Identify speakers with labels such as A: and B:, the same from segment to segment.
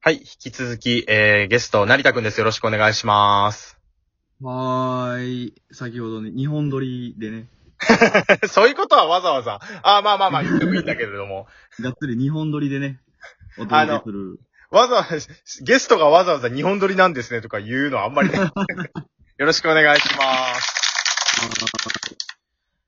A: はい、引き続き、えー、ゲスト、成田くんです。よろしくお願いします。
B: はーい。先ほどね、日本撮りでね、
A: そういうことはわざわざ、あーまあまあまあ言ってもいいんだけれども、
B: がっつり日本撮りでね、お届けする。
A: わざわざ、ゲストがわざわざ日本撮りなんですねとか言うのはあんまりねよろしくお願いします。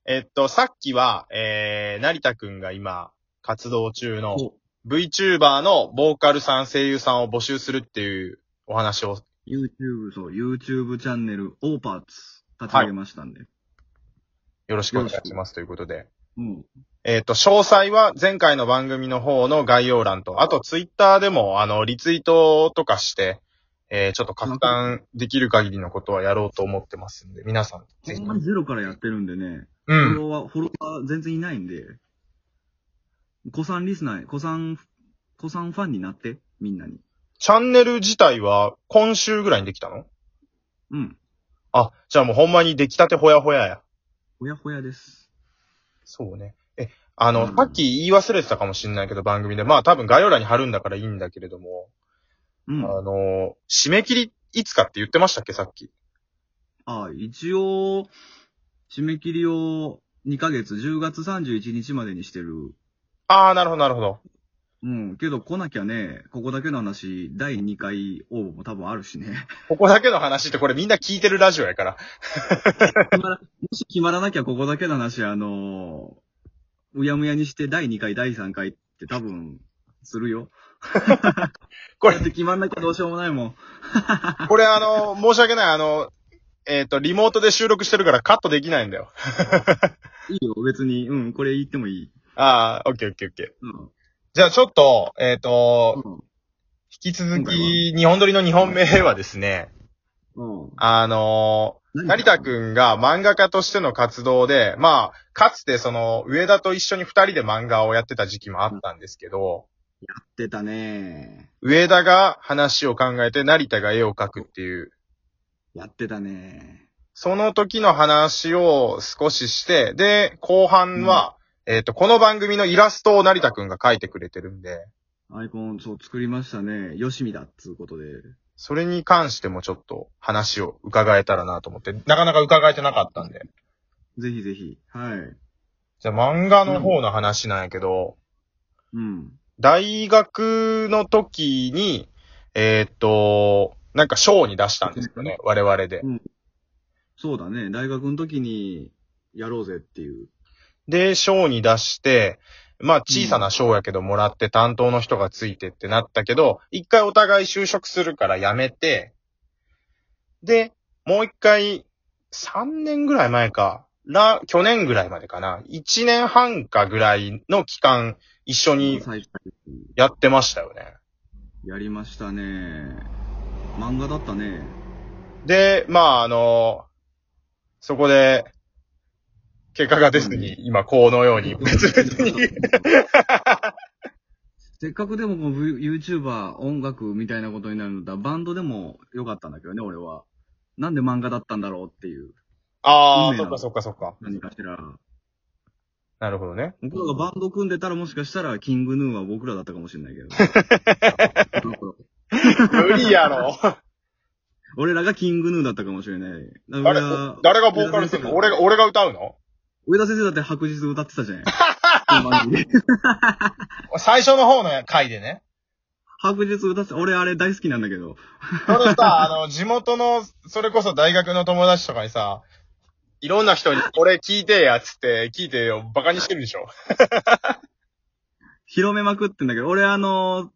A: えっと、さっきは、えー、成田くんが今、活動中の
B: そう
A: VTuber のボーカルさん、声優さんを募集するっていうお話を、
B: YouTube、そう、YouTube チャンネル、オーパーツ、立ち上げましたんで。
A: よろしくお願いしますということで。
B: うん。
A: えっ、と、詳細は前回の番組の方の概要欄と、あとツイッターでも、あの、リツイートとかして、えー、ちょっと拡散できる限りのことはやろうと思ってますんで、皆さん、ぜひ
B: ほん。まにゼロからやってるんでね、
A: う
B: フォ
A: ん。
B: ロワー、フォロワー全然いないんで、子さんリスナー、子さん、子さんファンになって、みんなに。
A: チャンネル自体は今週ぐらいにできたの
B: うん。
A: あ、じゃあもうほんまに出来たてほやほやや。
B: ほやほやです。
A: そうね。え、あの、
B: うん
A: さっき言い忘れてたかもしれないけど、番組で。まあ多分概要欄に貼るんだからいいんだけれども、
B: うん。
A: あの、締め切りいつかって言ってましたっけ、さっき。
B: あ、一応、締め切りを2ヶ月、10月31日までにしてる。
A: あー、なるほど、なるほど。
B: うん。けど来なきゃね、ここだけの話、第2回応募も多分あるしね。
A: ここだけの話ってこれみんな聞いてるラジオやから。
B: 決まらもし決まらなきゃここだけの話、あのーうやむやにして第2回、第3回って多分、するよ。
A: こ
B: だ
A: れ
B: っ、て決まんなきゃどうしようもないもん。
A: これあの、申し訳ない。あの、えっ、と、リモートで収録してるからカットできないんだよ。
B: いいよ、別に。うん、これ言ってもいい。
A: ああ、オッケーオッケーオッケー。
B: うん。
A: じゃあちょっと、えっ、と、
B: うん
A: 引き続き、日本撮りの2本目はですね、
B: うん。
A: あの成田くんが漫画家としての活動で、まあ、かつてその、上田と一緒に二人で漫画をやってた時期もあったんですけど、
B: やってたね
A: 上田が話を考えて成田が絵を描くっていう、
B: やってたね
A: その時の話を少しして、で、後半は、えっ、と、この番組のイラストを成田くんが描いてくれてるんで、
B: アイコン、そう、作りましたね。よしみだ、っつうことで。
A: それに関してもちょっと話を伺えたらなと思って、なかなか伺えてなかったんで。
B: ぜひぜひ。はい。
A: じゃあ漫画の方の話なんやけど、
B: うん。
A: 大学の時に、えっ、と、なんか賞に出したんですよね、我々で。
B: そうだね。大学の時に、やろうぜっていう。
A: で、賞に出して、まあ小さな賞やけどもらって担当の人がついてってなったけど、一回お互い就職するから辞めて、で、もう一回、3年ぐらい前か、ら、去年ぐらいまでかな、1年半かぐらいの期間、一緒に
B: 最初
A: やってましたよね。
B: やりましたね。漫画だったね。
A: で、まああの、そこで、結果が出ずに、今このように別々に。
B: せっかくでもこう V- YouTuber 音楽みたいなことになるんだったらバンドでもよかったんだけどね、俺は。なんで漫画だったんだろうっていう、
A: ああ、
B: 運命
A: そっ
B: な
A: か
B: の
A: そっかそっか。
B: 何かしら。
A: なるほどね。
B: 僕らがバンド組んでたらもしかしたら、キングヌーは僕らだったかもしれないけど。
A: 無理やろ。
B: 俺らがキングヌーだったかもしれない。だか
A: 誰
B: ら、
A: 誰がボーカルするの俺が、俺が歌うの
B: 上田先生だって白日歌って たじゃん。この番組で
A: 最初の方の回で ね。
B: 白日歌ってた。俺あれ大好きなんだけど。
A: それさ、あの、地元の、それこそ大学の友達とかにさ、いろんな人に、俺聞いてや、つって、聞いてよ、バカにしてるでしょ。
B: 広めまくってんだけど、俺あの、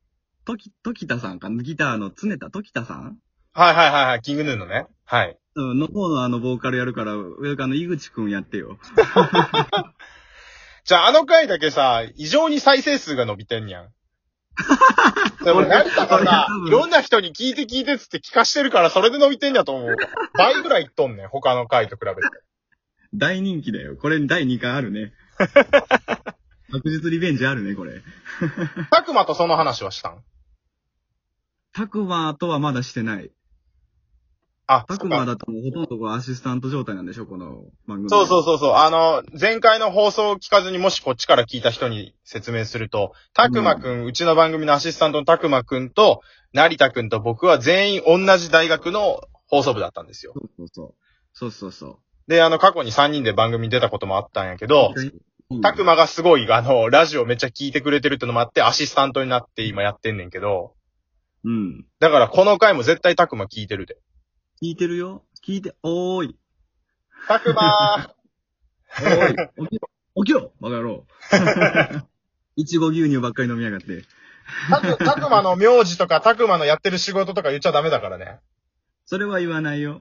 B: とき、ときたさんかなギターの常田ときたさん
A: はいはいはいはい、キングヌーのね。はい。
B: うんの方のあの、ボーカルやるから、上からの井口くんやってよ。
A: じゃあ、あの回だけさ、異常に再生数が伸びてんやん。で も、成田がさ、いろんな人に聞いて聞いてっつって聞かしてるから、それで伸びてんやと思う。倍ぐらいいっとんねん、他の回と比べて。
B: 大人気だよ。これ第2回あ るね。確実リベンジあるね、これ。
A: たくまとその話はしたん
B: たくまとはまだしてない。
A: あ、
B: たくまだともうほとんどこうアシスタント状態なんでしょこの番組。。
A: そうそううそうそう。あの、前回の放送を聞かずにもしこっちから聞いた人に説明すると、たくまくん、うちの番組のアシスタントのたくまくんと、成田くんと僕は全員同じ大学の放送部だったんですよ。
B: そうそうそう。そうそうそ
A: で、あの、過去に3人で番組に出たこともあったんやけど、
B: う。
A: たくまがすごい、あの、ラジオめっちゃ聞いてくれてるってのもあって、アシスタントになって今やってんねんけど、
B: うん。
A: だからこの回も絶対たくま聞いてるで。
B: 聞いてるよ聞いて、おーい。
A: たく まー
B: おーい。起きろ。起きろバカ野郎。 いちご牛乳ばっかり飲みやがって。
A: たく、たくまの名字とか、たくまのやってる仕事とか言っちゃダメだからね。
B: それは言わないよ。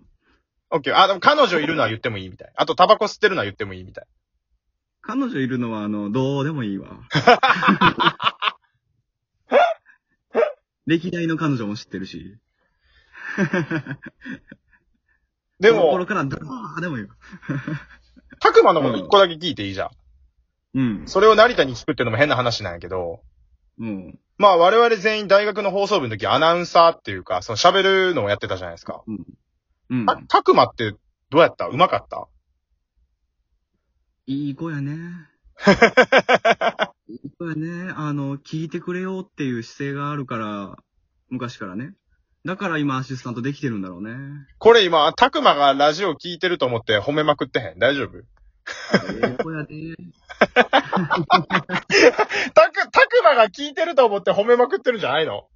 A: オッケー。あ、でも彼女いるのは言ってもいいみたい。あと、タバコ吸ってるのは言ってもいいみたい。
B: 彼女いるのは、あの、どうでもいいわ。 歴代の彼女も知ってるし。
A: で
B: その頃
A: も、
B: から、どうでもいいわ。
A: たくまのこと一個だけ聞いていいじゃん。
B: うん。
A: それを成田に聞くっていうのも変な話なんやけど、
B: もう、
A: まあ我々全員大学の放送部の時アナウンサーっていうか、その喋るのをやってたじゃないですか。
B: うん。
A: た、たくまってどうやったうまかった
B: いい子や ね。いい子やね。あの、聞いてくれよっていう姿勢があるから、昔からね。だから今アシスタントできてるんだろ うね。
A: これ今、たくまがラジオ聞いてると思って褒めまくってへん。大丈夫
B: いい子やで。
A: たく、たくまが聞いてると思って褒めまくってるんじゃないの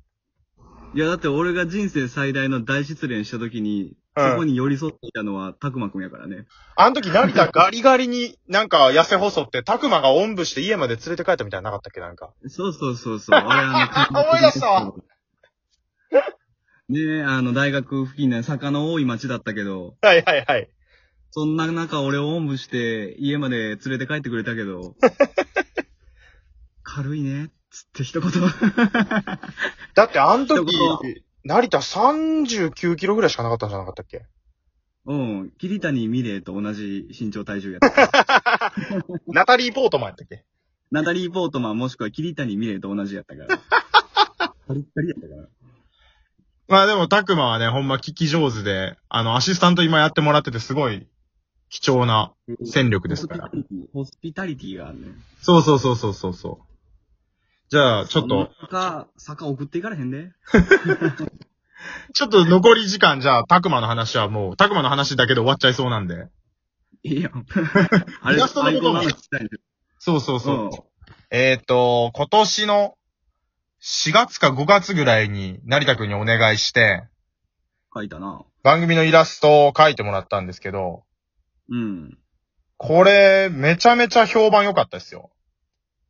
B: いや、だって俺が人生最大の大失恋した時に、
A: うん
B: そこに寄り添っていたのは、たくまくんやからね。
A: あの時成 田ガリガリになんか痩せ細って、たくまがおんぶして家まで連れて帰ったみたいなのなかったっけなんか。
B: そうそうそう そう。俺あの、
A: 思い出したわ
B: ねえ、あの、大学付近ね、坂の多い町だったけど、
A: はいはいはい。
B: そんな中俺をおんぶして家まで連れて帰ってくれたけ ど、軽いね、つって一言。
A: だってあの時
B: 一言、
A: 成田39キロぐらいしかなかったんじゃなかったっけ
B: うん、桐谷美玲と同じ身長体重 やった。
A: ナタリー・ポートマンやったっけ
B: ナタリー・ポートマンもしくは桐谷美玲と同じやっ たから。カリッカリやったから。
A: まあでも、たくまはね、ほんま聞き上手で、あの、アシスタント今やってもらっててすごい貴重な戦力ですから。
B: ホスピタリティがあるね。
A: そうそうそうそうそうそう。じゃあ、ちょっと、。
B: 坂、坂送っていかれへんで。
A: ちょっと残り時間じゃあ、たくまの話はもう、たくまの話だけで終わっちゃいそうなんで。
B: いい やん。あ
A: イ
B: れ、
A: ラストのことも
B: アイコンの話したいね
A: そうそうそう。
B: うん
A: えっ、と、今年の4月か5月ぐらいに成田くんにお願いして、
B: 書いたな。
A: 番組のイラストを描いてもらったんですけど、
B: うん。
A: これ、めちゃめちゃ評判良かったですよ。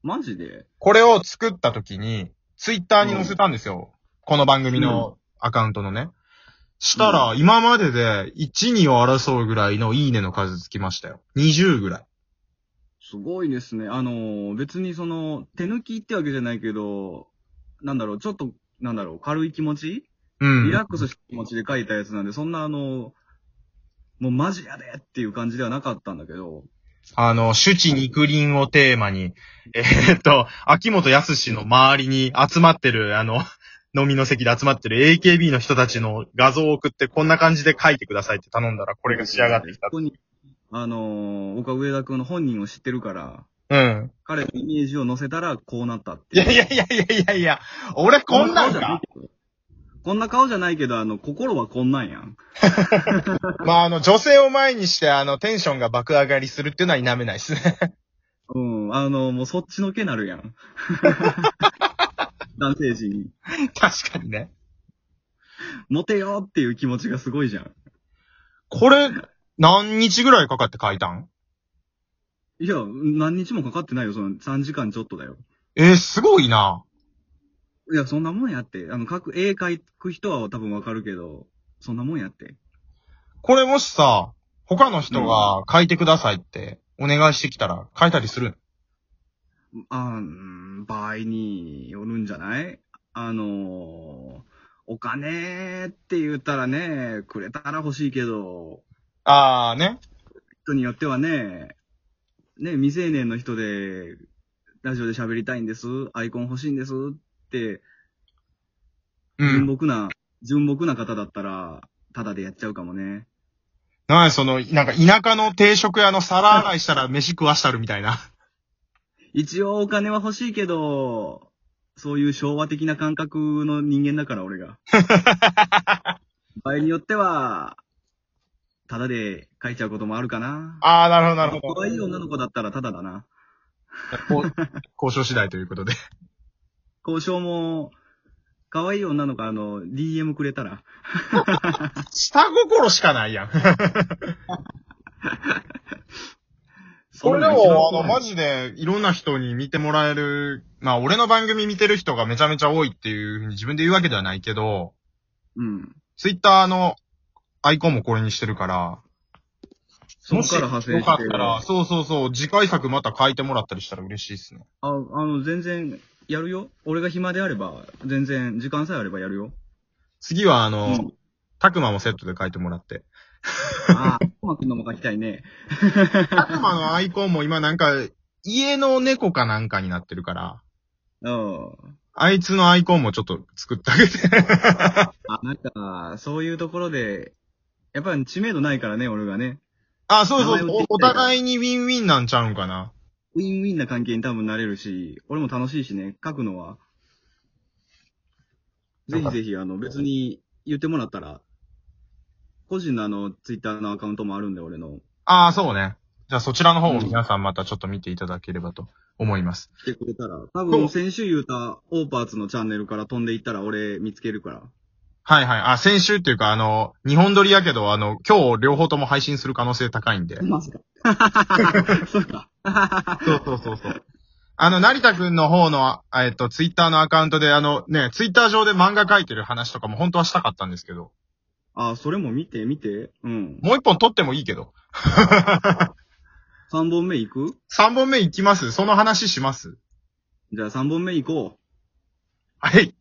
B: マジで
A: これを作った時に、ツイッターに載せたんですよ。この番組
B: う
A: のアカウントのね。したら、今までで1、2を争うぐらいのいいねの数つきましたよ。20ぐらい。
B: すごいですね。あの、別にその、手抜きってわけじゃないけど、なんだろう、ちょっと、なんだろう、軽い気持ち
A: うん。
B: リラックスした気持ちで書いたやつなんで、そんなあの、もうマジやでっていう感じではなかったんだけど、
A: あの、主治肉林をテーマに、 えーっと、秋元康の周りに集まってる、あの、 飲みの席で集まってる AKB の人たちの画像を送って、こんな感じで書いてくださいって頼んだら、これが仕上がってきた
B: こ。こに、あの、僕は上田君の本人を知ってるから、
A: うん。
B: 彼のイメージを乗せたらこうなったって
A: い
B: いう。
A: やいやいやいやいやいや、俺こんなんか。
B: こんな顔じゃないけど、あの、心はこんなんやん。
A: まあ、あの、女性を前にして、あの、テンションが爆上がりするっていうのは否めないです ね。
B: うん、あの、もうそっちのけなるやん。 男性陣に。
A: 確かにね。
B: モテようっていう気持ちがすごいじゃん。
A: これ、何日ぐらいかかって書いたん
B: いや、何日もかかってないよ、その3時間ちょっとだよ。
A: えー、すごいな。
B: いや、そんなもんやって。あの、書く、絵描く人は多分わかるけど、そんなもんやって。
A: これもしさ、他の人が書いてくださいってお願いしてきたら書いたりする
B: あーうん、場合によるんじゃないあのー、お金って言ったらね、くれたら欲しいけど、
A: あーね。
B: 人によってはね、ね、未成年の人で、ラジオで喋りたいんです、アイコン欲しいんですって、
A: う
B: 純
A: ん。
B: 朴な、純朴な方だったら、ただでやっちゃうかもね。
A: なんでその、なんか田舎の定食屋の皿洗いしたら飯食わしたるみたいな。
B: 一応お金は欲しいけど、そういう昭和的な感覚の人間だから、俺が。場合によっては、ただで書いちゃうこともあるかな。
A: ああ、なるほど、なるほ
B: 可
A: ど。
B: 愛い女の子だったらただだな。
A: こう交渉次第ということで。
B: 交渉も、可愛い女の子、あの、DM くれたら。
A: 下心しかないやん。これで
B: そ
A: も、あの、
B: んなん一番怖
A: マ
B: い
A: ジで、いろんな人に見てもらえる、まあ、俺の番組見てる人がめちゃめちゃ多いっていうふうに自分で言うわけではないけど、
B: うん。
A: ツイッターのアイコンもこれにしてるから、
B: そこから派生
A: よかっ
B: して。
A: たら、そうそうそう、次回作また書いてもらったりしたら嬉しいっすね。
B: あ、あの、全然、やるよ。俺が暇であれば、全然、時間さえあればや るよ。
A: 次は、あ
B: う
A: の、
B: ん。
A: たくまもセットで書いてもらって。
B: ああ、うまくんのも書きたいね。
A: たくまのアイコンも今なんか、家の猫かなんかになってるから、
B: うん。
A: あいつのアイコンもちょっと作ってあげて。
B: あ、なんか、そういうところで、やっぱり知名度ないからね、俺がね。
A: あ、そうそう
B: 名前を聞きたい
A: お。お互いにウィンウィンなんちゃうんかな。
B: ウィンウィンな関係に多分なれるし、俺も楽しいしね、書くのは。ぜひぜひ、あの、別に言ってもらったら、個人のあの、ツイッターのアカウントもあるんで、俺の。
A: ああ、そうね。じゃあそちらの方も皆さんまたちょっと見ていただければと思います。
B: 来てくれたら。多
A: そう
B: 分、先週言うた、オーパーツのチャンネルから飛んでいったら、俺見つけるから。
A: はいはい。あ、先週っていうか、あの、日本撮りやけど、あの、今日両方とも配信する可能性高 いんで。
B: マジか。 そうか。
A: そうそうそうそう。あの、成田くんの方の、あえっと、ツイッターのアカウントで、あの、ね、ツイッター上で漫画描いてる話とかも本当はしたかったんですけど、
B: あ、それも見て、見て。うん。
A: もう一本撮ってもいいけど。
B: 3本目行く
A: 3本 目いきますその話します
B: じゃあ3本目行こう。
A: はい。